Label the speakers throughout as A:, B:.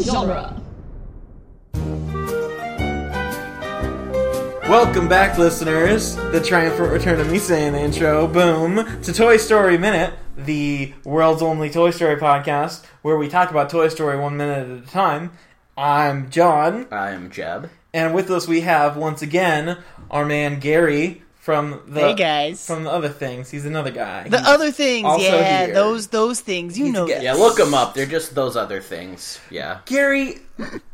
A: genre.
B: Welcome back, listeners. The triumphant return of me saying the intro. Boom to Toy Story Minute, the world's only Toy Story podcast, where we talk about Toy Story one minute at a time. I'm John,
C: I am Jeb.
B: and with us we have once again our man Gary from the
D: Hey, guys.
B: from the other things. He's another guy.
D: The other things,
B: Mm. also
D: yeah,
B: here.
D: those those things, you know.
B: guest.
D: This.
C: Yeah, look them up. They're just those other things. Yeah.
B: Gary,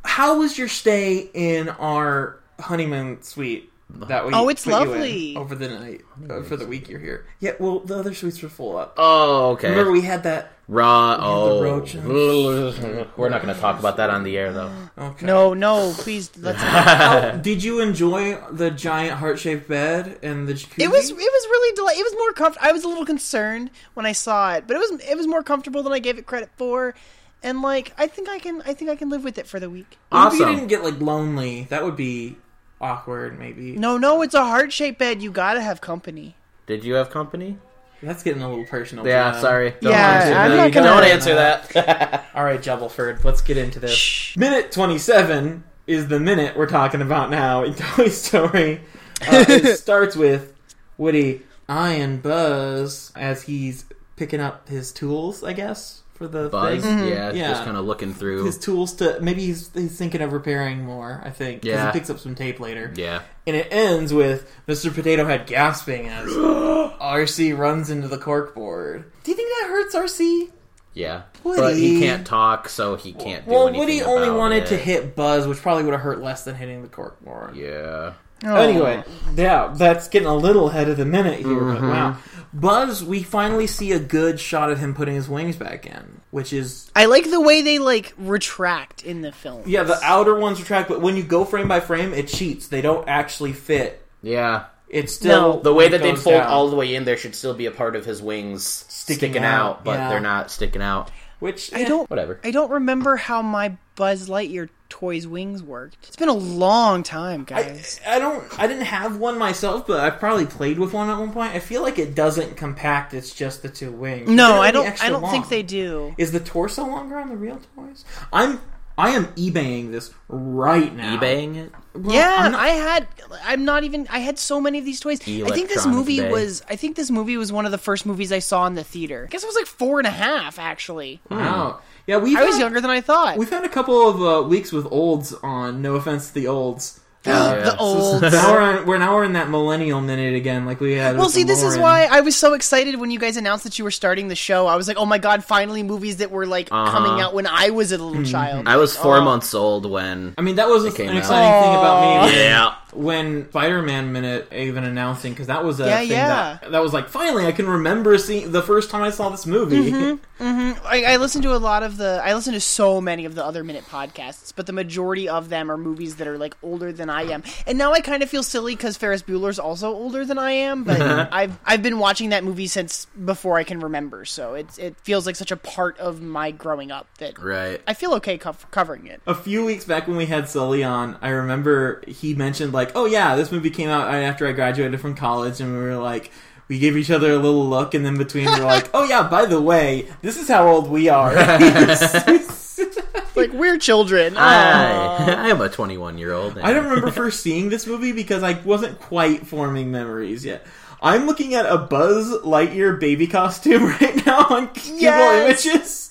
B: how was your stay in our honeymoon suite? That we
D: Oh, it's
B: put you in
D: lovely.
B: over the night uh, for the week you're here. Yeah, well, the other suites were full up.
C: Oh, okay.
B: Remember, we had that
C: Raw. Oh,
B: roach.
C: we're not going to talk about that on the air, though.
B: Okay.
D: No, no, please let's.
B: Did you enjoy the giant heart shaped bed and the jacuzzi?
D: It was it was really deli- it was more comfortable. I was a little concerned when I saw it, but it was it was more comfortable than I gave it credit for, and like I think I can I think I can live with it for the week.
B: What if You
C: awesome.
B: didn't get like lonely. That would be awkward, maybe.
D: No, no, it's a heart shaped bed. You gotta have company.
C: Did you have company?
B: That's getting a little personal.
C: Yeah,
B: Jeb.
C: sorry. Don't
D: Yeah,
C: answer
D: I'm
C: that.
D: not gonna-
C: Don't answer that.
B: All right, Jebelford, let's get into this. Minute twenty-seven is the minute we're talking about now in Toy Story. Uh, it starts with Woody eyeing Buzz as he's picking up his tools, I guess, for the
C: Buzz,
B: thing.
C: yeah,
B: Mm-hmm. Yeah.
C: just kind of looking through.
B: his tools to maybe he's, he's thinking of repairing more. I think 'cause
C: Yeah.
B: he picks up some tape later,
C: Yeah.
B: and it ends with Mr. Potato Head gasping as RC runs into the corkboard. Do you think that hurts RC?
C: Yeah.
B: Woody.
C: But he can't talk, so he can't do
B: Well,
C: anything
B: Woody only
C: about
B: wanted
C: it.
B: to hit Buzz, which probably would have hurt less than hitting the corkboard.
C: Yeah.
D: Oh.
B: Anyway, yeah, that's getting a little ahead of the minute here. But wow, Buzz, we finally see a good shot of him putting his wings back in, which is
D: I like the way they like retract in the film.
B: Yeah, the outer ones retract, but when you go frame by frame, it cheats. They don't actually fit.
C: Yeah.
B: It's still
D: No.
C: The way
B: it
C: that they
B: goes
C: fold
B: down.
C: all the way in there should still be a part of his wings sticking, out,
B: out,
C: but
B: yeah.
C: they're not sticking out.
B: which
D: I don't
C: Whatever.
D: I don't remember how my Buzz Lightyear toy's wings worked. It's been a long time,
B: I,
D: guys.
B: eh, I don't. I didn't have one myself, but I probably played with one at one point. I feel like it doesn't compact. It's just the two wings. They're
D: no,
B: really
D: I don't
B: extra
D: I don't think
B: long.
D: they do.
B: Is the torso longer on the real toys? I'm. I am eBaying this right now.
C: eBaying it?
D: yeah,
B: I'm not-
D: I had. I'm not even. I had so many of these toys. I think this
C: Electronic
D: movie
C: Bay.
D: was. I think this movie was one of the first movies I saw in the theater. I guess I was like four and a half. Actually,
C: Hmm.
B: Wow. Oh. Yeah, we.
D: I was younger than I thought.
B: We found a couple of uh, weeks with olds on. No offense to the olds. Uh,
D: the old.
B: now we're on, we're now we're in that millennial minute again, like we had.
D: Well,
B: with
D: see,
B: the
D: this is
B: Lauren.
D: why I was so excited when you guys announced that you were starting the show. I was like, "Oh my god, finally movies that were like
B: Uh-huh.
D: coming out when I was a little
B: Hmm.
D: child."
C: I was four months old when.
B: I mean, that was
C: came
B: an
C: out.
B: exciting thing about me.
C: Yeah.
B: When Spider-Man minute even announcing because that was a
D: Yeah,
B: thing
D: yeah.
B: that that was like finally I can remember seeing the first time I saw this movie.
D: Mm-hmm. I, I listen to a lot of the. I listen to so many of the other minute podcasts, but the majority of them are movies that are like older than I am. And now I kind of feel silly because Ferris Bueller's also older than I am. But I've I've been watching that movie since before I can remember, so it's it feels like such a part of my growing up that
C: Right.
D: I feel okay cov- covering it.
B: a few weeks back when we had Sully on, I remember he mentioned like, "Oh yeah, this movie came out right after I graduated from college," and we were like. We gave each other a little look, and then between we were like, "Oh yeah, by the way, this is how old we are."
D: Like we're children.
C: I, I am a 21 year old.
B: I don't remember first seeing this movie because I wasn't quite forming memories yet. I'm looking at a Buzz Lightyear baby costume right now on Google
D: Yes!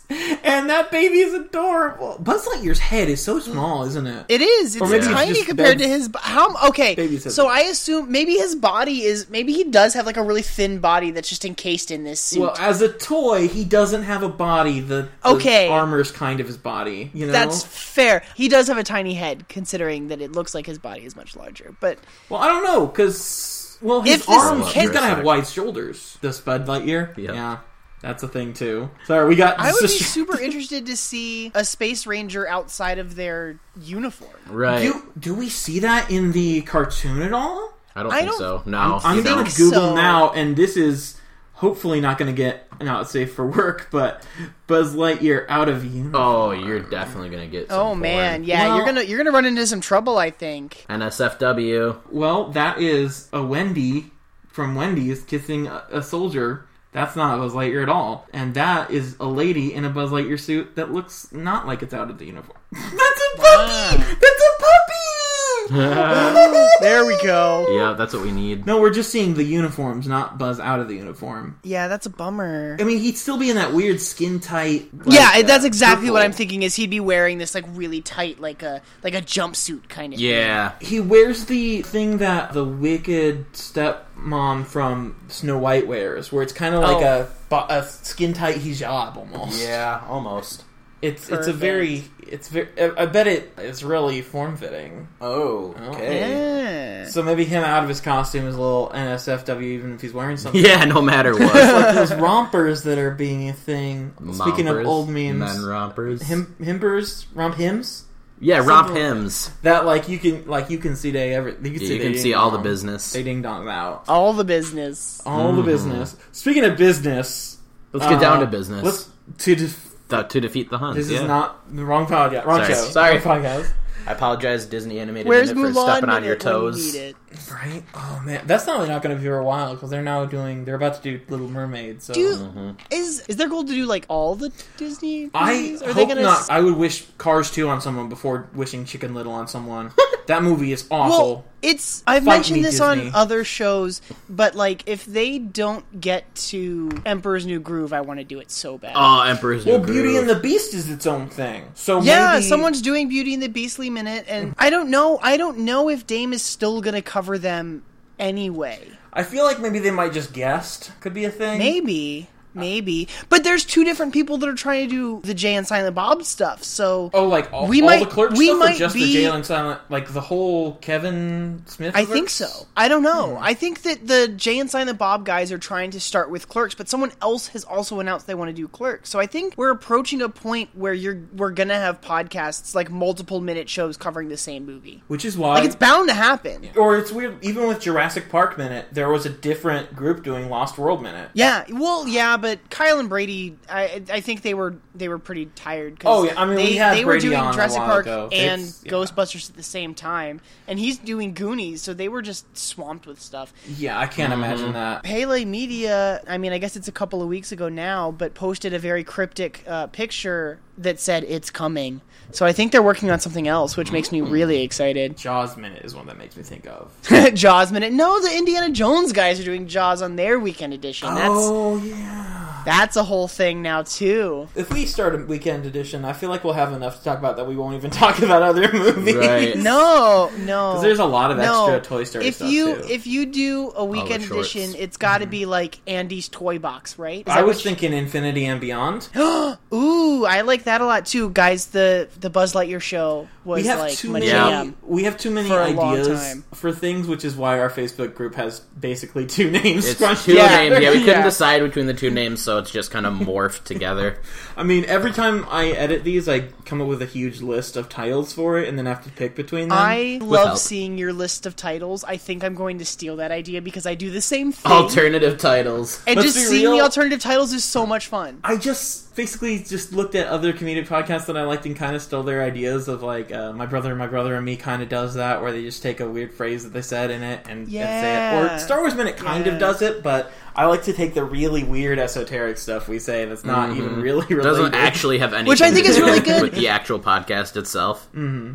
B: Images, and that baby is adorable. Buzz Lightyear's head is so small, isn't it?
D: It is. It's
B: maybe it's
D: tiny
B: just
D: compared
B: bad-
D: to his. bo- How okay?
B: Baby said
D: So
B: that.
D: I assume maybe his body is. Maybe he does have like a really thin body that's just encased in this suit.
B: well, as a toy, he doesn't have a body. The, the
D: Okay.
B: armor's kind of his body. You know,
D: That's fair. He does have a tiny head, considering that it looks like his body is much larger. But
B: well, I don't know because well, his
D: If this
B: arms.
D: kid-
B: He's gonna have wide shoulders. This Bud Lightyear,
C: Yeah.
B: yeah, that's a thing too. Sorry, we got.
D: I would be
B: distracted.
D: super interested to see a space ranger outside of their uniform.
C: Right.
B: Do, do we see that in the cartoon at all?
C: I don't
D: I
C: think
D: don't-
C: so. No.
B: I'm
C: you
B: gonna
C: don't.
D: think
B: Google
D: so.
B: now, and this is hopefully not gonna get not safe for work, but Buzz Lightyear out of you.
C: Oh, you're definitely gonna get. Some
D: Oh man,
C: porn.
D: yeah,
B: Well-
D: you're gonna you're gonna run into some trouble, I think.
C: NSFW.
B: Well, that is a Wendy from Wendy's kissing a, a soldier That's not Buzz Lightyear at all. And that is a lady in a Buzz Lightyear suit that looks not like it's out of the uniform. That's a puppy!
D: Wow.
B: That's a puppy!
D: There we go.
C: yeah, that's what we need.
B: No, we're just seeing the uniforms, not Buzz out of the uniform.
D: Yeah, that's a bummer.
B: I mean, he'd still be in that weird skin tight. uh,
D: yeah,
C: uh,
D: that's exactly what I'm thinking. Is he'd be wearing this like really tight, like a like a jumpsuit kind of?
C: Yeah.
B: He wears the thing that the wicked stepmom from Snow White wears, where it's kind of like
C: Oh.
B: a bo- a, skin tight hijab almost.
C: Yeah, almost.
B: it's it's a very it's very. I I bet it is really form fitting.
C: Oh, okay.
D: Yeah.
B: So maybe him out of his costume is a little NSFW, even if he's wearing something.
C: Yeah, no matter what.
B: like those rompers that are being a thing. Speaking of
C: Rompers,
B: old memes,
C: men rompers.
B: him himbers romp hymns
C: yeah, romp
B: Something-
C: hymns.
B: that like you can like you can see they ever you can see,
C: You
B: they
C: can
B: ding
C: see all the
B: dong.
C: business. Mm-hmm.
B: they ding dong out
D: All the business.
B: all the business. Speaking of business,
C: Let's get down
B: uh,
C: to business.
B: Let's to def-
C: Th- to defeat the Huns.
B: this
C: yeah.
B: is not the wrong podcast, wrong
C: Sorry.
B: show,
C: Sorry.
B: wrong podcast.
C: I apologize, Disney Animated
D: Where's
C: Minute, for
D: Mulan?
C: stepping on
D: Minute
C: your
D: when
C: toes.
D: you need it?
B: Right? Oh man, that's not not going to be for a while because they're now doing they're about to do Little Mermaid. So
D: Do you, is is their goal to do like all the Disney?
B: Mm-hmm. I
D: movies? Are they
B: hope
D: gonna
B: not.
D: s-
B: I would wish Cars two on someone before wishing Chicken Little on someone. that movie is awful.
D: Well, it's
B: Fight
D: I've
B: me,
D: mentioned this
B: Disney.
D: on other shows, but like if they don't get to Emperor's New Groove, I want to do it so bad.
B: Uh,
C: Oh, Emperor's New
B: Well, Beauty
C: Groove.
B: and the Beast is its own thing. So
D: yeah,
B: maybe-
D: someone's doing Beauty and the Beastly Minute, and I don't know. I don't know if Dame is still gonna cover them anyway.
B: I feel like maybe they might just guessed could be a thing.
D: Maybe. Maybe, but there's two different people that are trying to do the Jay and Silent Bob stuff. So
B: Oh, like all,
D: We
B: all
D: might-
B: the clerk
D: we
B: stuff,
D: might
B: or just
D: be-
B: the Jalen Silent, like the whole Kevin Smith.
D: I think
B: works? Hmm.
D: so. I don't know. I think that the Jay and Silent Bob guys are trying to start with Clerks, but someone else has also announced they want to do Clerks. So I think we're approaching a point where you're we're gonna have podcasts like multiple minute shows covering the same movie.
B: Which is why,
D: Like it's bound to happen. Yeah.
B: or it's weird. Even with Jurassic Park minute, there was a different group doing Lost World minute.
D: well, yeah, but Kyle and Brady, I, I think they were they were pretty tired. 'cause
B: Oh, yeah, I mean,
D: they,
B: we had
D: they were
B: Brady
D: doing
B: on a
D: Jurassic
B: while
D: Park
B: ago.
D: and
B: It's- yeah.
D: Ghostbusters at the same time, and he's doing Goonies, so they were just swamped with stuff.
B: Yeah, I can't imagine that.
D: Pele Media, I mean, I guess it's a couple of weeks ago now, but posted a very cryptic uh, picture that said it's coming. So I think they're working on something else, which makes me really excited.
B: Jaws minute is one that makes me think of.
D: Jaws minute. No, the Indiana Jones guys are doing Jaws on their weekend edition. That's
B: oh yeah.
D: that's a whole thing now too.
B: If we start a weekend edition, I feel like we'll have enough to talk about that we won't even talk about other movies.
C: Right.
D: No, no.
B: There's a lot of
D: no.
B: extra Toy Story
D: if
B: stuff
D: you
B: too.
D: if you do a weekend
C: shorts.
D: edition, it's got to be like Andy's toy box, right? Is
B: I
D: that
B: was
D: what you-
B: thinking Infinity and Beyond.
D: Ooh, I like that a lot too, guys. The the Buzz Lightyear show was
B: we have
D: like
B: too
D: my
B: many.
D: jam.
B: We have too many
D: For a long
B: ideas
D: time.
B: for things, which is why our Facebook group has basically two names.
C: It's
B: scrunched
C: two
D: Yeah.
C: names. Yeah, we couldn't
D: Yeah.
C: decide between the two names, so it's just kind of morphed together.
B: I mean, every time I edit these, I come up with a huge list of titles for it, and then have to pick between them.
D: I love
C: help.
D: seeing your list of titles. I think I'm going to steal that idea because I do the same thing.
C: Alternative titles.
D: and
B: Let's
D: just
B: be
D: seeing the
B: real.
D: alternative titles is so much fun.
B: I just basically just looked at other comedic podcasts that I liked and kind of stole their ideas of like uh, my brother, my brother and me kind of does that where they just take a weird phrase that they said in it and, and say
D: Yeah.
B: it. Or Star Wars Minute kind
D: Yeah.
B: of does it, but I like to take the really weird esoteric stuff we say that's not even really related.
C: Mm-hmm. Doesn't actually have anything
D: Which I think
C: to
D: is
C: do
D: really good.
C: with the actual podcast itself.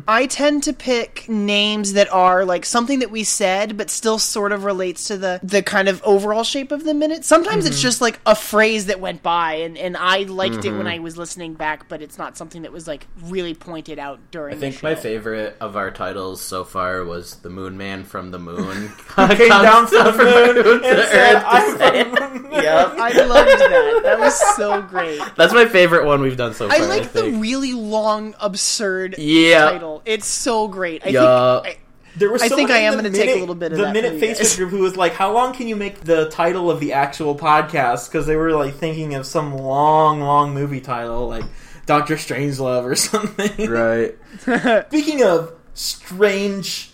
D: I tend to pick names that are like something that we said, but still sort of relates to the the kind of overall shape of the minute. Sometimes it's just like a phrase that went by, and and I liked it when I was listening back, but it's not something that was like really pointed out during.
C: I think
D: the
C: my
D: show.
C: favorite of our titles so far was the Moon Man from the Moon.
B: came down to the moon and
C: to
D: uh,
B: said,
C: Earth to
B: "I'm from the moon."
C: yeah,
D: I loved that. That was so great.
C: that's my favorite one we've done so far.
D: I like the
C: think.
D: really long, absurd
C: yeah.
D: title. It's so great. I
C: Yeah.
D: think. I,
B: There was
D: I
B: someone
D: think I
B: in
D: am
B: the
D: gonna take a
B: minute-
D: little bit of
B: the
D: that
B: minute
D: from you guys.
B: Facebook group who was like, "How long can you make the title of the actual podcast?" Because they were like thinking of some long, long movie title like Doctor Strangelove or something.
C: Right.
B: Speaking of strange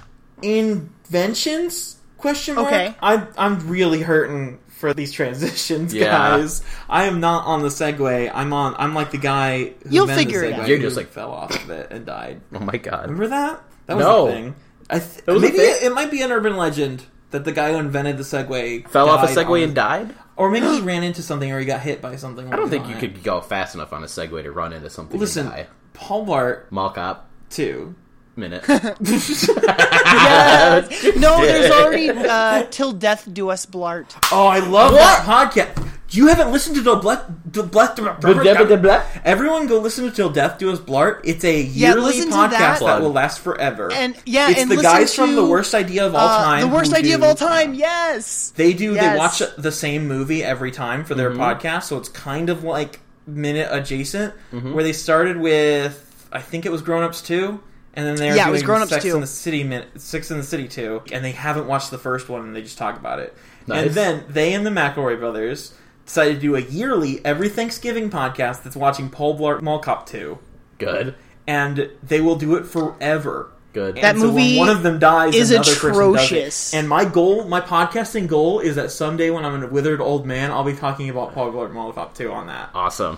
B: inventions, question mark.
D: Okay.
B: I'm I'm really hurting for these transitions,
C: Yeah.
B: guys. I am not on the segue. I'm on. I'm like the guy. Who
D: You'll
B: invented
D: figure
B: the
D: it
B: Segway
D: out.
C: You're
B: who
C: just like-
B: fell off of it and died.
C: Oh my god.
B: Remember that? That was
C: No.
B: a thing. I th-
C: was a
B: maybe
C: thing?
B: It, it might be an urban legend that the guy who invented the Segway
C: Fell off a
B: died on-
C: Segway and died?
B: Or maybe he ran into something or he got hit by something.
C: I don't think you could go fast enough on a segue to run into something.
B: Listen,
C: and die.
B: Paul Bart,
C: mall cop
B: too.
C: minute.
D: Yes. no, there's already uh, till death do us blart.
B: Oh, I love that podcast. You haven't listened to the Bleth, the Bleth, Everyone go listen to Till Death Do Us Blart. It's a yearly
D: listen to
B: podcast
D: that.
B: that. will last forever.
D: And- yeah,
B: it's
D: and
B: the
D: listen
B: guys from
D: to,
B: the worst idea of all
D: Uh,
B: time.
D: the worst
B: who
D: idea of
B: do-
D: all time. Yes.
B: They do.
D: Yes.
B: They watch the same movie every time for their podcast, so it's kind of like minute adjacent. Where they started with, I think it was Grown Ups Two, and then they're
D: Yeah, it
B: doing
D: was Grown Ups
B: Sex
D: 2.
B: in the City minute, Six in the City Two, and they haven't watched the first one, and they just talk about it.
C: Nice.
B: And then they and the McElroy brothers decided to do a yearly every Thanksgiving podcast that's watching Paul Blart Mall Cop Two,
C: Good.
B: and they will do it forever.
C: Good.
D: That
B: And so when
D: movie
B: one of them dies,
D: is
B: another person does it.
D: atrocious.
B: And my goal, my podcasting goal, is that someday when I'm a withered old man, I'll be talking about Paul Blart Mall Cop 2 on that.
C: awesome.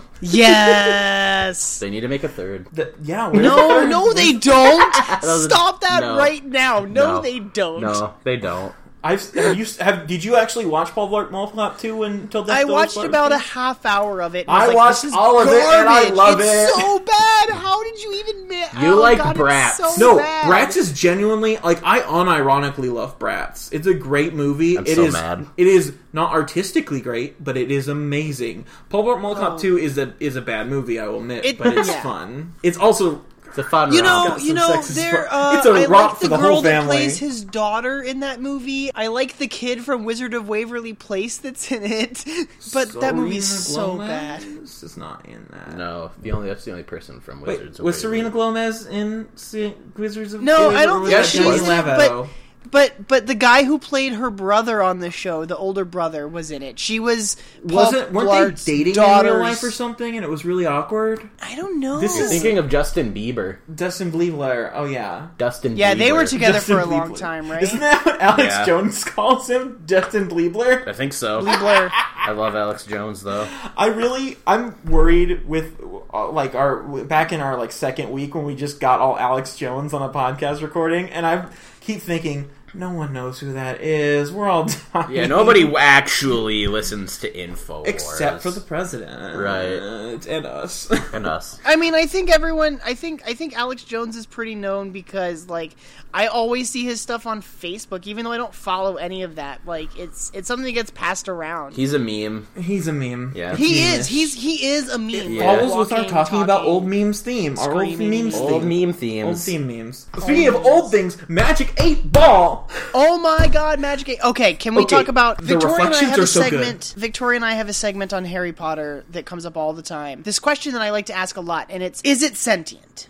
D: Yes.
C: They need to make a third.
B: Th- yeah, where's the
D: no,
B: third?
D: no, they don't.
C: was-
D: Stop that
C: no.
D: right now. No,
C: No.
D: they don't.
C: No, they don't.
B: I've, have you have did you actually watch Paul Blart Mall Cop 2 until
D: I watched about a
B: it.
D: half hour of it. and
B: I
D: was like,
B: watched
D: this is
B: all of it, and I
D: garbage.
B: love
D: it's
B: it.
D: so bad. How did you even? Ma-
C: You
D: oh,
C: like
D: God, it's
C: Bratz.
D: so
B: No,
D: bad.
B: Bratz is genuinely like I unironically love Bratz. It's a great movie. It is.
C: so mad.
B: It is not artistically great, but it is amazing. Paul Blart Mall Cop Two is a is a bad movie. I will admit,
D: Oh. It-
B: but it's
D: yeah.
B: fun. It's also
C: It's a fun.
D: You
C: romp.
D: know,
B: got
D: you
B: some
D: know,
B: sexist
D: there.
B: part.
D: Uh,
B: It's a
D: I
B: romp
D: like
B: for
D: the,
B: the
D: girl
B: whole
D: that
B: family.
D: plays his daughter in that movie. I like the kid from Wizard of Waverly Place that's in it. But that movie's so
B: Glomez
D: bad.
B: Is not in that.
C: No, the only that's the only person from
B: Wait,
C: Wizards. of
B: was
C: Waverly.
B: Serena Gomez in Se- Wizards of
D: No,
B: Waverly
D: I don't think
B: Place?
C: she Yeah, she was. was.
D: But- But but the guy who played her brother on the show, the older brother, was in it. She was Paul
B: wasn't weren't
D: Blart's
B: they dating in
D: daughter's-
B: real life or something? And it was really awkward.
D: I don't know.
B: This
C: You're
B: is-
C: thinking of Justin Bieber.
B: Dustin Bleibler. Oh yeah.
C: Dustin.
D: yeah, they were
C: Bieber.
D: together
B: Justin
D: for a long
B: Bleebler.
D: time, right?
B: Isn't that what Alex
C: Yeah.
B: Jones calls him? Justin Bleebler?
C: I think so.
D: Bleebler.
C: I love Alex Jones though.
B: I really, I'm worried with, uh, like, our, back in our, like, second week when we just got all Alex Jones on a podcast recording, and I keep thinking, no one knows who that is. We're all dying.
C: Yeah, nobody actually listens to info
B: Except for the president.
C: Right.
B: And us.
C: and us.
D: I mean, I think everyone. I think I think Alex Jones is pretty known because like I always see his stuff on Facebook, even though I don't follow any of that. Like it's it's something that gets passed around. He,
C: He's a meme.
B: He's a meme.
C: Yeah,
D: is. He's he is a meme.
C: Yeah.
B: Always with our
D: Walking,
B: talking, about
D: talking.
B: old memes theme. Our old
D: Screaming.
B: memes
C: old
B: theme.
C: meme themes.
B: Old theme memes. Speaking of old things, Magic 8 Ball!
D: Oh my God, Magic Eight. Okay, can we
B: Okay,
D: talk about
B: the
D: Victoria and I
B: reflections
D: have
B: are
D: a
B: so good.
D: segment? Victoria and I have a segment on Harry Potter that comes up all the time. This question that I like to ask a lot, and it's: Is it sentient?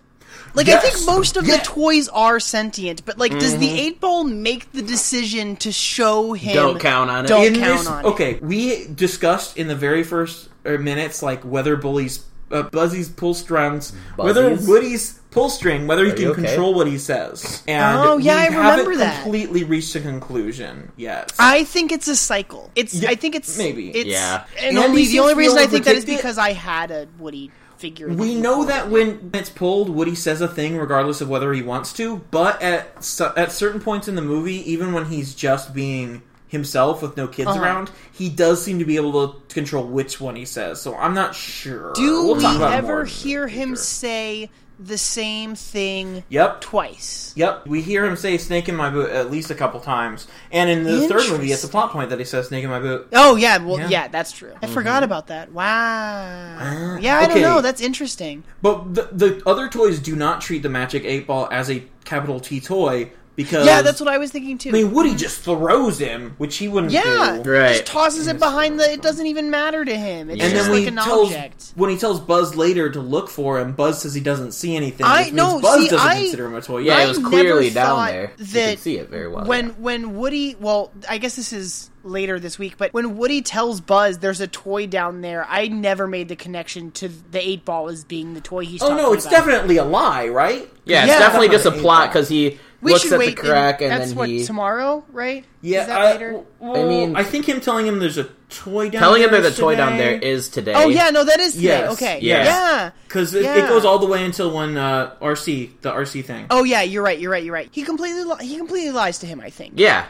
D: Like I
B: Yes.
D: think most of
B: Yeah. Mm-hmm.
D: the toys are sentient, but like, does the eight ball make the decision to show him?
C: Don't count on it.
D: Don't
B: in
D: count
B: this,
D: on it.
B: okay, we discussed in the very first uh, minutes like whether Bully's uh, Buzzy's pull strings, whether
C: Buzzy's?
B: Woody's pull string, whether he
C: Are
B: can
C: you okay?
B: control what he says. And
D: Oh, yeah,
B: we
D: I remember
B: haven't
D: that.
B: completely reached a conclusion yet.
D: I think it's a cycle. It's
B: Yeah,
D: I think it's
B: maybe.
D: it's,
C: Yeah.
D: And
B: Andy
D: only
B: seems
D: the only
B: to be
D: reason
B: able
D: I
B: to
D: think that is
B: predict it.
D: because I had a Woody figure.
B: we know that when it's pulled, Woody says a thing regardless of whether he wants to. But at su- at certain points in the movie, even when he's just being himself with no kids
D: Uh-huh.
B: around, he does seem to be able to control which one he says. So I'm not sure.
D: Do
B: We'll
D: we
B: talk about it more
D: ever
B: in the
D: hear him
B: future.
D: say the same thing
B: Yep.
D: twice?
B: Yep, we hear him say "snake in my boot" at least a couple times, and in the third movie, it's a plot point that he says "snake in my boot."
D: Oh yeah, well
B: Yeah.
D: yeah, that's true. I forgot about that. Wow. Yeah, I
B: Okay.
D: don't know. That's interesting.
B: But the, the other toys do not treat the magic eight ball as a capital T toy because
D: Yeah, that's what I was thinking too.
B: I mean. Woody just throws him, which he wouldn't
D: yeah,
B: do.
C: Right.
D: just tosses it behind the. It doesn't even matter to him. It's
B: And
C: And
D: just
B: then
D: like
B: when he
D: an
B: tells
D: object.
B: when he tells Buzz later to look for him, Buzz says he doesn't see anything.
D: I-
B: which means
D: no,
B: Buzz
D: see,
B: doesn't
D: I-
B: consider him a toy.
C: Yeah,
D: I
C: it was
D: never
C: clearly down
D: thought
C: there. you
D: that
C: could see it very well.
D: when
C: yeah.
D: when Woody well I guess this is later this week but when Woody tells Buzz there's a toy down there I never made the connection to the eight ball as being the toy he's
B: oh
D: talking
B: no, it's
D: about.
B: definitely a lie, right?
C: yeah, it's
D: Yeah.
C: definitely just a
B: Eight
C: plot
B: ball.
C: because he
D: we
C: looks
D: should
C: at the
D: wait
C: crack and,
D: that's
C: then
D: what
C: he
D: tomorrow right
B: Yeah,
D: is that
B: I,
D: later
B: well, I mean,
C: mean-
B: I think him telling him there's a toy down
C: telling
B: there
C: him there's a toy down there
B: today-
C: is today.
D: oh yeah no that is today
B: Yes,
D: okay
C: yes.
D: yeah
B: Because it,
D: Yeah.
B: it goes all the way until when uh, RC, the RC thing.
D: oh yeah you're right you're right you're right he completely li- he completely lies to him I think
C: yeah.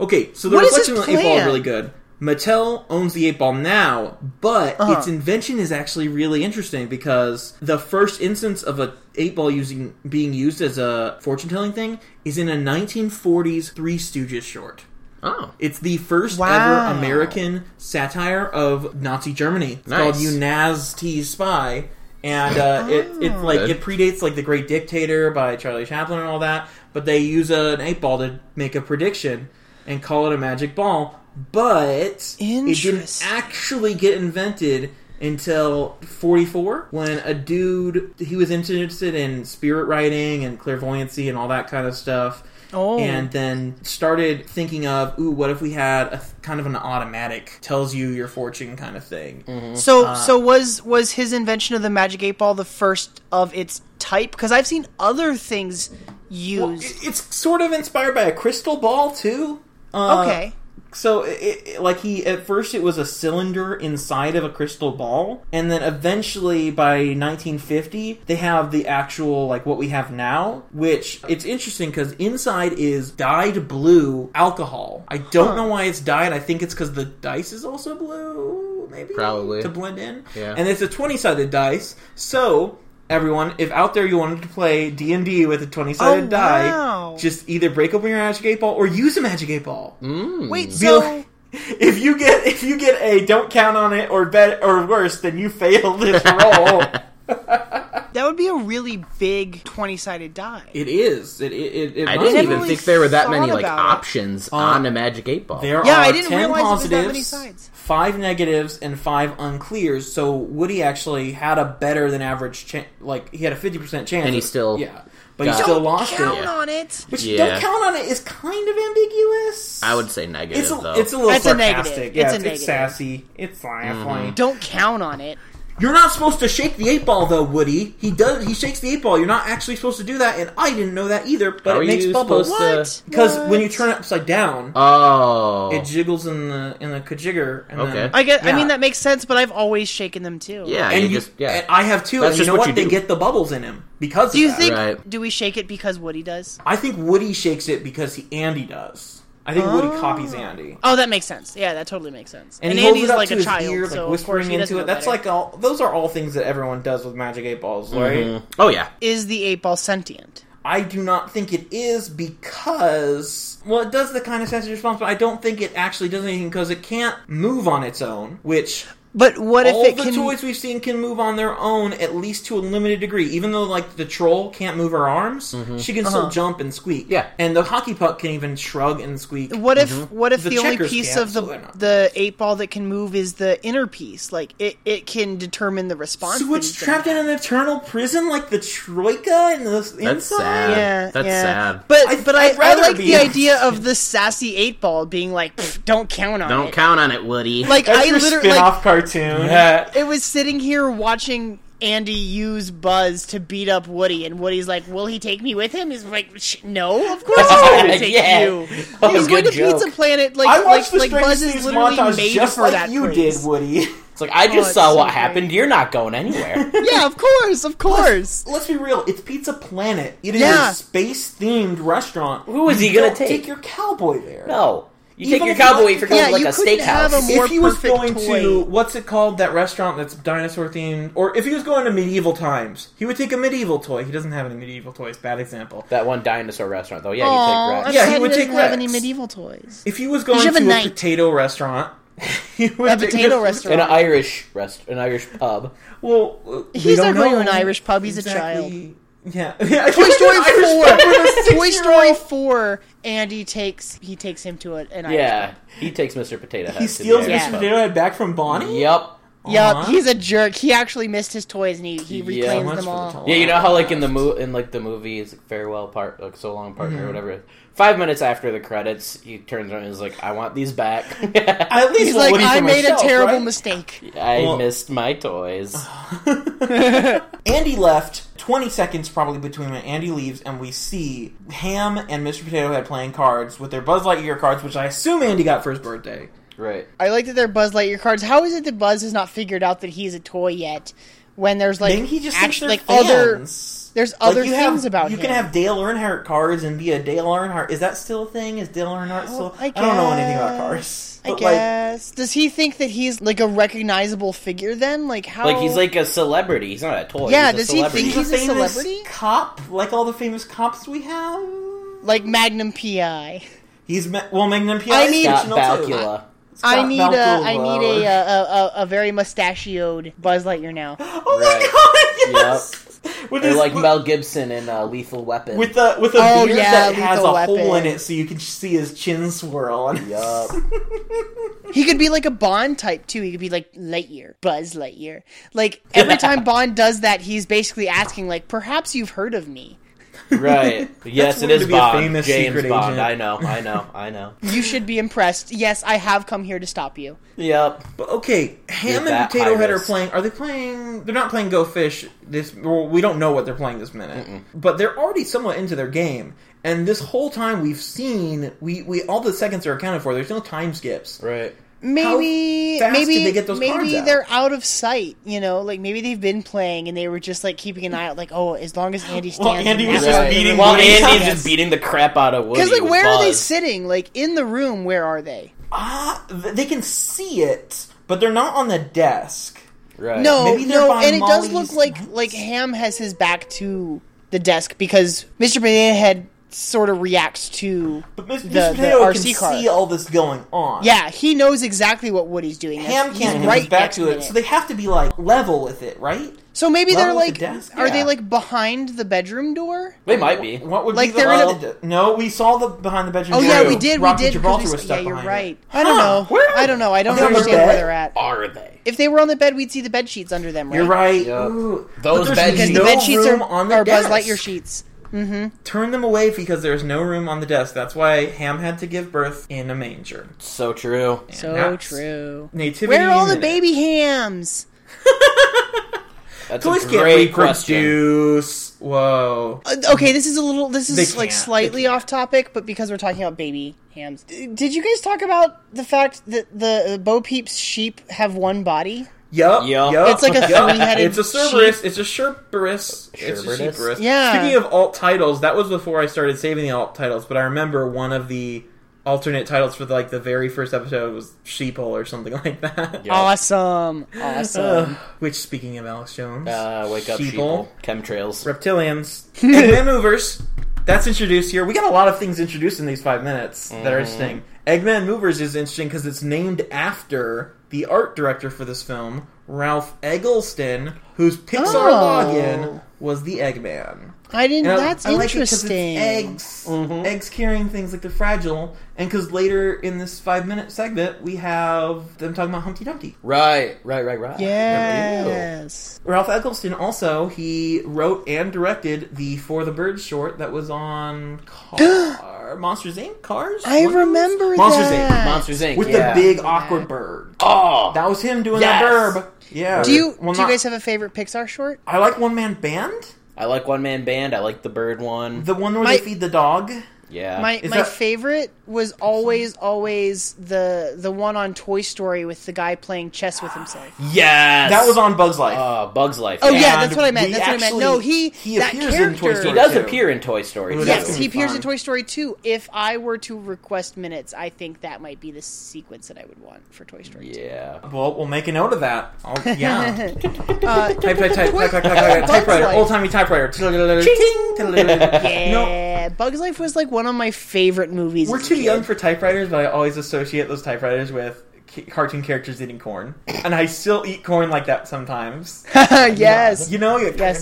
B: Okay, so the
D: What is his
B: reflection on the eight ball is
D: plan?
B: really good. Mattel owns the 8 Ball now, but
D: Uh-huh.
B: its invention is actually really interesting because the first instance of a 8 Ball using being used as a fortune telling thing is in a 1940s Three Stooges short.
C: Oh,
B: It's the first
D: Wow.
B: ever American satire of Nazi Germany. It's
C: Nice.
B: called You Nazis Spy. And uh, it, it like
C: Good.
B: it predates like the Great Dictator by Charlie Chaplin and all that, but they use an eight ball to make a prediction and call it a magic ball. But it didn't
D: Interesting.
B: actually get invented until 44 when a dude he was interested in spirit writing and clairvoyancy and all that kind of stuff
D: Oh.
B: and then started thinking of, ooh, what if we had a th- kind of an automatic tells you your fortune kind of thing?
D: So so was was his invention of the magic eight ball the first of its type? Because I've seen other things used.
B: Well, it- it's sort of inspired by a crystal ball too. Uh,
D: okay.
B: So, it, it, like he at first it was a cylinder inside of a crystal ball, and then eventually by 1950 they have the actual like what we have now, which it's interesting because inside is dyed blue alcohol. I don't know why it's dyed. I think it's because the dice is also blue, maybe
C: Probably.
B: to blend in.
C: Yeah.
B: and it's a 20 sided dice, so. Everyone, if out there you wanted to play D and D with a twenty-sided
D: Oh,
B: die,
D: wow.
B: just either break open your magic eight ball or use a magic eight ball
D: Wait.
B: hmm. be like-
D: So
B: if you get if you get a don't count on it or bet or worse, then you fail this roll.
D: that would be a really big twenty sided die.
B: it is. It it. it, it
C: I
B: must be.
C: didn't
D: never
C: even
D: really
C: think there were that many
D: thought
C: like
D: about it.
C: options
A: Uh,
C: on a Magic Eight Ball.
B: There
D: Yeah,
B: are
D: I didn't
B: ten
D: realize it was that
B: positives,
D: many sides.
B: five negatives, and five unclears. So Woody actually had a better than average chance. Like he had a fifty percent chance,
C: And he still
B: yeah, but he
C: got-
B: still lost
D: count
B: it.
D: on it.
B: Which
C: Yeah.
B: don't count on it is kind of ambiguous.
C: I would say negative
B: It's a,
C: though.
B: it's a little
D: That's a negative.
B: sarcastic. yeah,
D: It's a
B: it's,
D: negative.
B: sassy. It's
C: Mm-hmm.
B: sci-fi.
D: Don't count on it.
B: You're not supposed to shake the eight ball, though, Woody. He does. He shakes the eight ball. You're not actually supposed to do that, and I didn't know that either. But
C: How are
B: it makes
C: you
B: bubbles
C: supposed to-
D: What?
B: because
D: What?
B: when you turn it upside down,
C: oh,
B: it jiggles in the in the kajigger. And
C: Okay.
B: Then,
D: I get. I
B: Yeah.
D: mean, that makes sense. But I've always shaken them too.
C: yeah,
B: and
C: you,
B: you,
C: just yeah.
B: and I have two.
C: That's
B: and you
C: just
B: know what?
C: what you
B: they
C: do.
B: get the bubbles in him because
D: Do you
B: of that.
D: think?
C: Right.
D: Do we shake it because Woody does?
B: I think Woody shakes it because he Andy does. I think Woody copies Andy.
D: Oh, that makes sense. Yeah, that totally makes sense.
B: And, he holds
D: Andy's
B: it up
D: like
B: to
D: a
B: his
D: child,
B: ear, like
D: so of course
B: whispering
D: he doesn't
B: into
D: know
B: it. That's
D: better.
B: like all. Those are all things that everyone does with magic eight balls, right?
C: oh yeah,
D: is the eight ball sentient?
B: I do not think it is because well, it does the kind of sensory response, but I don't think it actually does anything because it can't move on its own. Which
D: But what
B: all
D: if it
B: the
D: can?
B: toys we've seen can move on their own, at least to a limited degree. Even though like the troll can't move her arms,
D: Mm-hmm.
B: she can still
D: Uh-huh.
B: jump and squeak.
C: Yeah.
B: and the hockey puck can even shrug and squeak.
D: What if
C: Mm-hmm.
D: what if
B: The
D: the, only
B: checkers
D: piece
B: can,
D: of the
B: so they're not-
D: the eight ball that can move is the inner piece? Like it, it can determine the response.
B: So
D: that
B: it's
D: he's gonna
B: trapped in
D: have.
B: an eternal prison like the Troika and the
C: that's
B: inside.
C: sad.
D: Yeah,
C: that's
D: yeah.
C: sad.
D: But
B: I'd-
D: but I,
B: I'd
D: I
B: rather
D: like
B: be
D: the
B: inside.
D: idea of the sassy eight ball being like, "Pff, don't count on
C: don't
D: it.
C: count on it, Woody.
D: Like
B: That's
D: I
B: your
D: literally like,
B: spin-off cartoon. Yeah.
D: it was sitting here watching Andy use Buzz to beat up Woody, and Woody's like, "Will he take me with him?" He's like, "Sh- "No, of course he's going to take
B: Yeah.
D: you.
B: Oh,
D: he's going to
B: good joke.
D: Pizza Planet like
B: I watched
D: like, like
B: the
D: Buzz
B: Stranger Things
D: is literally
B: montage
D: made
B: just
D: for
B: like
D: that
B: you
D: praise.
B: did, Woody.
A: It's like I just
D: Oh, it's
A: saw
D: so
A: what
D: great.
A: happened. You're not going anywhere.
D: Yeah, of course, of course.
B: Let's be real. It's Pizza Planet. It is
D: Yeah.
B: a space themed restaurant.
A: Who is he
B: You
A: gonna
B: don't
A: take?
B: your cowboy there?
A: no, you
B: Even
A: take your
B: if you
A: cowboy
B: want-
A: for
D: Yeah,
A: yeah, like
D: you
A: a
D: couldn't have
A: steakhouse.
D: a more
B: If he was
D: perfect
B: going
D: toy.
B: to what's it called that restaurant that's dinosaur themed, or if he was going to medieval times, he would take a medieval toy. He doesn't have any medieval toys. Bad example.
A: that one dinosaur restaurant though. Yeah,
D: Aw,
A: you
D: I'm
A: take Rex.
B: Yeah, he
D: sad
B: would
D: he
B: take
D: doesn't have any
B: Rex.
D: medieval toys.
B: If he was going to
D: should have
B: a
D: a knight.
B: potato restaurant, he would
D: A
B: take-
D: potato restaurant.
A: An Irish rest, an Irish pub.
B: Well, uh, we
D: He's
B: don't
D: not going
B: know
D: to an Irish pub, he's a
B: exactly. Yeah. yeah.
D: Toy Story
B: An Irish pub with a
D: Four. Toy Story
B: six-year-old.
D: Four. Andy takes he takes him to a, an Irish
A: Yeah, he takes Mr. Potato Head.
B: He steals
A: to the
D: Yeah.
B: Mr.
A: Irish
D: Potato
B: Potato Head back from Bonnie.
A: Yep.
D: pub. Yup,
B: Aw.
D: he's a jerk. He actually missed his toys and he, he
A: Yeah,
D: reclaims
B: much
D: them
B: for the
D: all.
B: toy.
A: Yeah, you know how like in the mo- in like the movie it's like farewell part like so long partner
B: Mm-hmm.
A: or whatever. it is. Five minutes after the credits, he turns around and is like, "I want these back. I,
B: At least
D: He's
B: what
D: like,
B: Woody
D: I
B: from
D: made
B: myself,
D: a terrible
B: right?
D: mistake.
B: Well-
A: missed my toys."
B: Andy left 20 seconds probably between when Andy leaves and we see Ham and Mr. Potato Head playing cards with their Buzz Lightyear cards, which I assume Andy got for his birthday.
A: right.
D: I like that they're Buzz Lightyear cards. How is it that Buzz has not figured out that he's a toy yet? When there's like
B: Maybe he just
D: actually
B: actually
D: like
B: they're
D: other
B: fans.
D: There's other
B: you
D: things
B: have,
D: about
B: you
D: him.
B: can have Dale Earnhardt cards and be a Dale Earnhardt. Is that still a thing? Is Dale Earnhardt still?
D: I
B: don't know anything about
D: guess.
B: cars.
D: I
B: But, like-
D: guess. Does he think that he's like a recognizable figure then? Like how?
A: Like
B: Oh.
A: he's like a celebrity. He's not a toy.
D: Yeah,
A: he's
D: does
A: a
D: he
A: celebrity.
D: think- He's a
B: famous
D: celebrity?
B: cop, like all the famous cops we have.
D: like Magnum PI.
B: He's ma- well, Magnum PI.
D: I
B: is
D: need-
A: Scott
B: fictional, too.
A: Bakula?
B: Scott
D: I need a I
B: Bakula.
D: need a a, a a very mustachioed Buzz Lightyear now.
B: Oh
A: Right.
B: my god! Yes. With
A: Or
B: his-
A: like
B: with-
A: Mel Gibson in uh, Lethal Weapon.
B: with the with a
D: Oh,
B: beard
D: yeah,
B: that has a
D: Lethal
B: hole in
D: Weapon.
B: it, so you can see his chin swirl. And
A: Yup.
D: He could be like a Bond type too. He could be like Lightyear, Buzz Lightyear. Like every time Bond does that, he's basically asking like, perhaps you've heard of me.
A: right. Yes, it
B: wanted
A: is
B: to be a
A: Bond.
B: famous
A: James
B: secret
A: Bond.
B: agent.
A: I know. I know. I know.
D: You should be impressed. Yes, I have come here to stop you.
A: Yep.
B: But okay, Ham and
A: that
B: Potato
A: high
B: Head are
A: risk.
B: playing. Are they playing? They're not playing Go Fish. This well, we don't know what they're playing this minute, but they're already somewhat into their game. And this whole time we've seen we we all the seconds are accounted for. There's no time skips.
A: Right.
D: maybe
B: fast
D: maybe
B: did they get those
D: maybe
B: cards out?
D: they're out of sight you know like maybe they've been playing and they were just like keeping an eye out like oh as long as andy stands
B: Well, Andy was just
A: Right.
B: beating
A: Well,
B: Woody.
A: Andy's just beating the crap out of Woody.
D: because like
A: with
D: where are they
A: Buzz.
D: sitting like in the room where are they
B: Ah, th- they can see it, but they're not on the desk.
A: Right.
D: no
B: Maybe they're
D: no
B: by
D: and it does
B: Molly's
D: look like
B: nuts.
D: like ham has his back to the desk because mr banana head sort of reacts to
B: But Mr.
D: The-
B: Mr.
D: the
B: Potato can
D: RC card.
B: see all this going on.
D: yeah he knows exactly what woody's doing
B: Ham
D: He's
B: can't have his back
D: next
B: to it,
D: minute.
B: so they have to be like level with it, right?
D: So maybe
B: level
D: they're
B: with
D: like
B: the desk?
D: are they
B: Yeah.
D: like behind the bedroom door
A: They might be.
B: What would
D: Like,
B: be the
D: they're in a-
B: level- No, we saw the behind the bedroom.
D: Oh
B: door.
D: yeah, we did.
B: Rocky
D: we did. 'cause
B: Gibraltar
D: we
B: was
D: s-
B: stuck
D: yeah, you're
B: behind it.
D: right. I don't
B: Huh,
D: know.
B: where are
D: I don't know. I don't
B: they on the
D: understand where
B: bed?
D: they're at.
A: Are they?
D: If they were on the bed, we'd see the bed sheets under them. Right?
B: You're right.
A: Yup.
B: Ooh. But
A: Those
B: there's
A: bed
D: Because
A: sheets-
D: the
B: no
D: bed sheets
B: room
D: are,
B: on the
D: are Buzz
B: desk.
D: Lightyear sheets.
B: Turn them away because there's no room on the desk. That's why Ham had to give birth in a manger.
A: So true.
D: So
B: that's
D: true.
B: Nativity.
D: Where are all the
B: minute.
D: baby hams?
A: That's
B: Toys
A: a
B: can't
A: great question.
B: reproduce. Whoa.
D: Uh, okay, this is a little. This
B: They
D: is like
B: can't.
D: slightly off topic, but because we're talking about baby hams, D- did you guys talk about the fact that the uh, Bo Peep's sheep have one body?
B: Yup.
A: Yup.
B: Yup.
D: It's like a
B: yup.
D: three-headed
B: It's a Cerberus. It's a Cerberus. It's a
A: Cerberus?
B: Cerberus.
D: Yeah.
B: Speaking of alt titles, that was before I started saving the alt titles, but I remember one of the alternate titles for like the very first episode was Sheeple or something like that.
A: Yeah.
D: Awesome, awesome.
B: Which, speaking of Alex Jones,
A: Uh, wake up, sheeple. Chemtrails.
B: reptilians, Eggman movers. That's introduced here. We got a lot of things introduced in these five minutes that are interesting. Eggman movers is interesting because it's named after the art director for this film, Ralph Eggleston, whose Pixar
D: Oh.
B: login was the Eggman.
D: I didn't.
B: And I-
D: that's
B: I like it 'cause it's
D: interesting.
B: eggs, eggs carrying things like they're fragile, and because later in this five minute segment we have them talking about Humpty Dumpty.
A: Right, right, right, right.
D: Yes.
B: Ralph Eggleston also he wrote and directed the For the Birds short that was on Car Monsters Inc. Cars.
D: I
B: One of those?
D: remember
B: Monsters
D: that.
B: Inc.
A: Monsters Inc.
B: with
A: yeah.
B: the big awkward bird.
A: Oh,
B: That was him doing
A: Yes.
B: the verb. Yeah.
D: Do you
B: Well,
D: do you
B: not-
D: guys have a favorite Pixar short?
B: I like One Man Band.
A: I like one man band. I like the bird one.
B: The one where
D: My-
B: they feed the dog.
A: yeah.
D: My
B: Uh, Is
D: my
B: that-
D: favorite was always always the the one on Toy Story with the guy playing chess with himself.
A: yes.
B: That was on Bug's Life.
A: uh, Bug's Life.
D: Oh yeah,
B: And
D: that's what I meant.
B: we
D: That's what I meant.
B: actually-
D: No, he
B: he
D: that
B: appears in Toy
D: character-
A: He
B: Story.
A: does
B: too.
A: appear in Toy Story.
B: Ooh, that's
D: Yes,
A: too.
B: gonna
D: he
B: be
D: appears
B: fun.
D: in Toy Story 2. If I were to request minutes, I think that might be the sequence that I would want for Toy Story 2.
A: Yeah.
B: Well, we'll make a note of that. I'll, yeah.
D: Uh,
B: type, type, type,
D: Toy-
B: type, type, type, type,
D: Bug's
B: typewriter,
D: Life.
B: old timey typewriter.
D: yeah.
B: No,
D: Bugs Life was like one of my favorite movies.
B: We're
D: as a
B: too
D: kid.
B: young for typewriters, but I always associate those typewriters with ca- cartoon characters eating corn. And I still eat corn like that sometimes.
D: yes.
B: You know, you
D: Yes,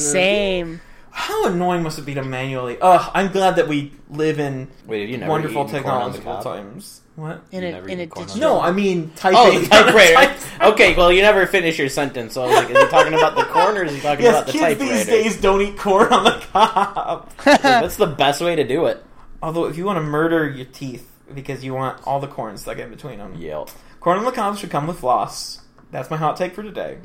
D: Same.
B: How annoying must it be to manually? Ugh, I'm glad that we live in
A: Wait, have you never
B: wonderful
A: eaten corn on the
B: technological
A: cob?
B: times. What?
D: In
A: You
D: a,
A: never
D: in
A: eat
D: a
A: corn on
D: digital.
A: the
B: No, I mean typing.
A: Oh, the typewriter. okay, well, you never finish your sentence. So I was like, is he talking about the corn or is he talking
B: Yes,
A: about the
B: kids
A: typewriter?
B: these days don't eat corn on the cob.
A: Like, that's the best way to do it.
B: Although, if you want to murder your teeth because you want all the corn stuck in between them,
A: Yeah.
B: corn on the cob should come with floss. That's my hot take for today.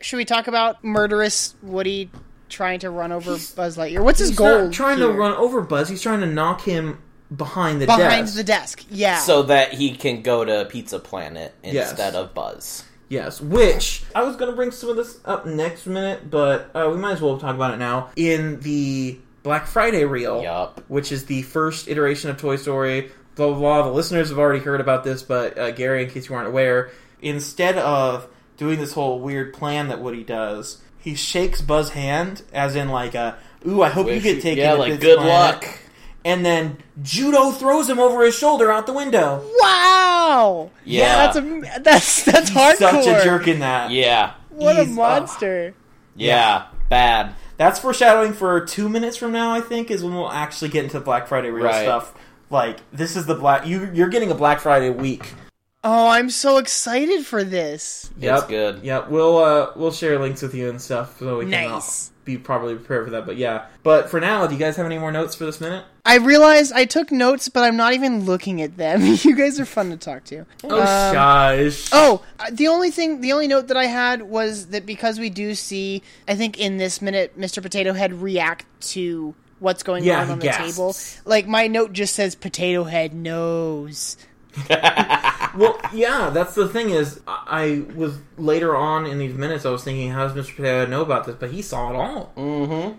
D: Should we talk about murderous Woody trying to run over Buzz Lightyear? What's his
B: He's
D: goal?
B: not trying to
D: here?
B: run over Buzz. He's trying to knock him behind the
D: behind
B: desk.
D: the desk. Yeah.
A: So that he can go to Pizza Planet
B: Yes.
A: instead of Buzz.
B: Yes, which I was going to bring some of this up next minute, but uh, we might as well talk about it now. In the Black Friday reel,
A: Yup.
B: which is the first iteration of Toy Story, blah, blah, blah. The listeners have already heard about this, but uh, Gary, in case you aren't aware, instead of doing this whole weird plan that Woody does, he shakes Buzz' hand, as in, like, a, ooh, I hope you
A: Wish
B: get
A: you-
B: taken.
A: yeah,
B: to
A: like,
B: this
A: good
B: planet."
A: luck.
B: And then Judo throws him over his shoulder out the window.
D: Wow.
A: Yeah.
D: that's a, that's that's hardcore.
B: Such a jerk in that.
A: Yeah.
D: What a
B: He's- uh,
D: monster.
A: Yeah. Bad.
B: That's foreshadowing for two minutes from now. I think is when we'll actually get into the Black Friday real
A: Right.
B: stuff. Like this is the black you you're getting a Black Friday week.
D: Oh, I'm so excited for this.
A: It's good.
B: Yep, we'll uh we'll share links with you and stuff so we can uh,
D: Nice.
B: be probably prepared for that. But yeah, but for now, do you guys have any more notes for this minute?
D: I realized I took notes, but I'm not even looking at them. you guys are fun to talk to.
B: Oh gosh.
D: Um, Oh, uh, the only thing, the only note that I had was that because we do see, I think in this minute, Mr. Potato Head react to what's going
B: Yeah,
D: on
B: he
D: on the
B: gasps.
D: table. Like my note just says, "Potato Head knows."
B: Well, yeah, that's the thing is I, I was later on in these minutes I was thinking how does Mr. Potato know about this? But he saw it all.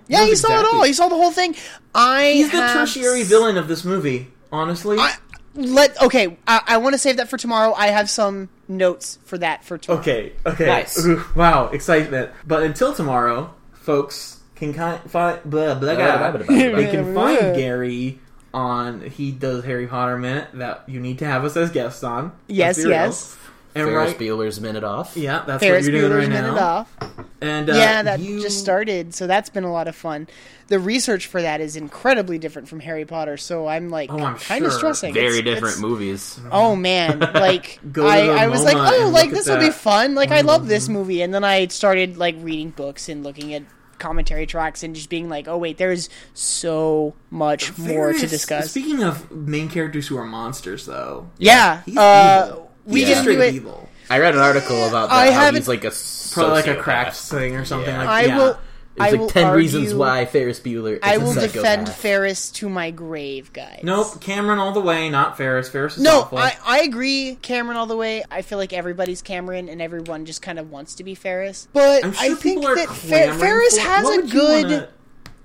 D: Yeah, he
B: Knows
D: saw it
B: exactly.
D: all. He saw the whole thing. I
B: He's the
D: have
B: tertiary villain of this movie, honestly.
D: I, let okay. I, I want to save that for tomorrow. I have some notes for that for tomorrow.
B: Okay. Okay.
A: Nice.
B: Ooh, wow, excitement. But until tomorrow, folks can kind find blah, blah, blah, blah, They can find Gary on he does Harry Potter minute that you need to have us as guests on. Let's
D: Yes,
B: be real.
D: yes.
B: And
A: Ferris
B: right,
A: Bueller's minute off.
B: yeah, that's
D: Ferris
B: what you're
D: Bueller's
B: doing right
D: minute
B: now.
D: off.
B: And uh,
D: yeah, that
B: you-
D: just started, so that's been a lot of fun. The research for that is incredibly different from Harry Potter, so I'm like
B: Oh, I'm
D: kind of
B: sure.
D: stressing.
A: Very
D: It's-
A: different
D: it's-
A: movies.
D: Oh man, like
B: Go to the
D: I, I was like,
B: MoMA and
D: oh,
B: look
D: like
B: at
D: this will be
B: that. Mm-hmm.
D: fun. Like I love this movie, and then I started like reading books and looking at commentary tracks and just being like, oh wait, there's so much more to
B: Ferris-
D: discuss.
B: Speaking of main characters who are monsters, though,
D: yeah,
B: he's
D: uh,
B: evil.
D: we
B: He's
D: get
B: straight
D: into it.
B: evil.
A: I read an article about that.
D: I
A: how
D: haven't-
A: he's like a
B: Probably like a
A: sociopath.
B: crack thing or something like
D: I
B: that.
D: will.
A: It's
D: I
A: like
D: will
A: ten
D: argue,
A: reasons why Ferris Bueller. Is
D: I will
A: a
D: defend
A: psychopath.
D: Ferris to my grave, guys.
B: Nope, Cameron all the way, not Ferris. Ferris is
D: No,
B: awful.
D: I, I agree, Cameron, all the way. I feel like everybody's Cameron and everyone just kind of wants to be Ferris. But
B: I'm sure
D: I think
B: people are
D: that Fer-
B: clamoring
D: Ferris
B: for it.
D: has
B: What
D: a
B: would you
D: good.
B: wanna-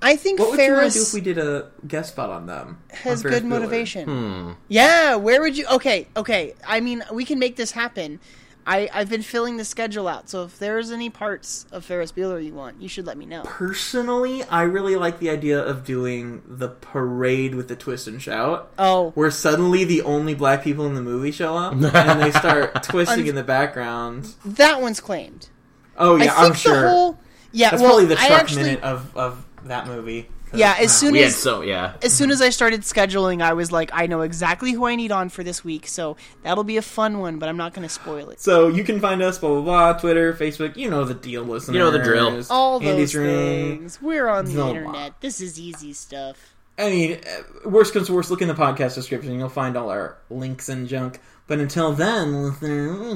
D: I think
B: what would you want to do if
D: Ferris
B: we did a guest spot on them? on Ferris
D: has good
B: Bueller?
D: motivation.
B: Hmm.
D: Yeah, where would you. Okay, okay. I mean, we can make this happen. I, I've been filling the schedule out, so if there's any parts of Ferris Bueller you want, you should let me know.
B: Personally, I really like the idea of doing the parade with the twist and shout,
D: Oh,
B: where suddenly the only black people in the movie show up and they start twisting in the background.
D: that one's claimed.
B: Oh
D: I
B: yeah,
D: think
B: I'm
D: the
B: sure.
D: whole. Yeah,
B: That's
D: well,
B: probably the
D: I
B: truck
D: actually,
B: minute of of that movie. 'Cause-
D: Yeah, as soon
A: We had
D: as
A: so yeah.
D: as soon as I started scheduling, I was like, I know exactly who I need on for this week, so that'll be a fun one, but I'm not going to spoil it.
B: So you can find us blah blah blah Twitter, Facebook, you know the deal, listeners.
A: know the drill.
D: All those
B: Andy's room,
D: things. We're on the
B: Zoma.
D: internet. This is easy stuff.
B: I mean, uh, worst comes to worst, look in the podcast description. You'll find all our links and junk. But until then,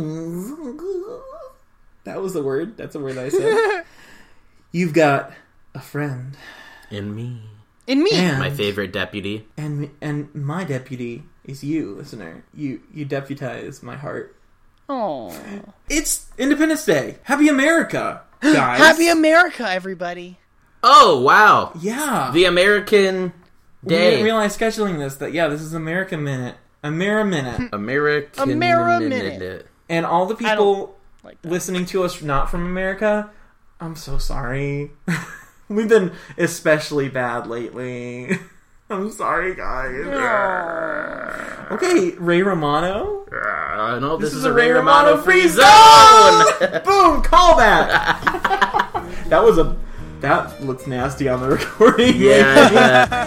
B: listeners, that was the word. That's a word I said. You've got a friend
A: In me,
D: In me.
B: and
A: my favorite deputy.
B: and and my deputy is you, listener. You you deputize my heart.
D: Aw.
B: It's Independence Day. Happy America, guys.
D: Happy America, everybody.
A: Oh wow,
B: yeah.
A: the American
B: We
A: Day.
B: didn't realize scheduling this that yeah, this is America Minute. Amera Minute.
A: American
D: Amera
A: minute.
D: minute.
B: and all the
D: I don't-
B: people
D: Like that.
B: listening to us not from America, I'm so sorry. We've been especially bad lately. I'm sorry, guys. okay, Ray Romano.
A: Uh, no, this,
B: This
A: is, a Ray Romano free zone.
B: Boom! Call that. that was a. That looks nasty on the recording.
A: yeah, yeah.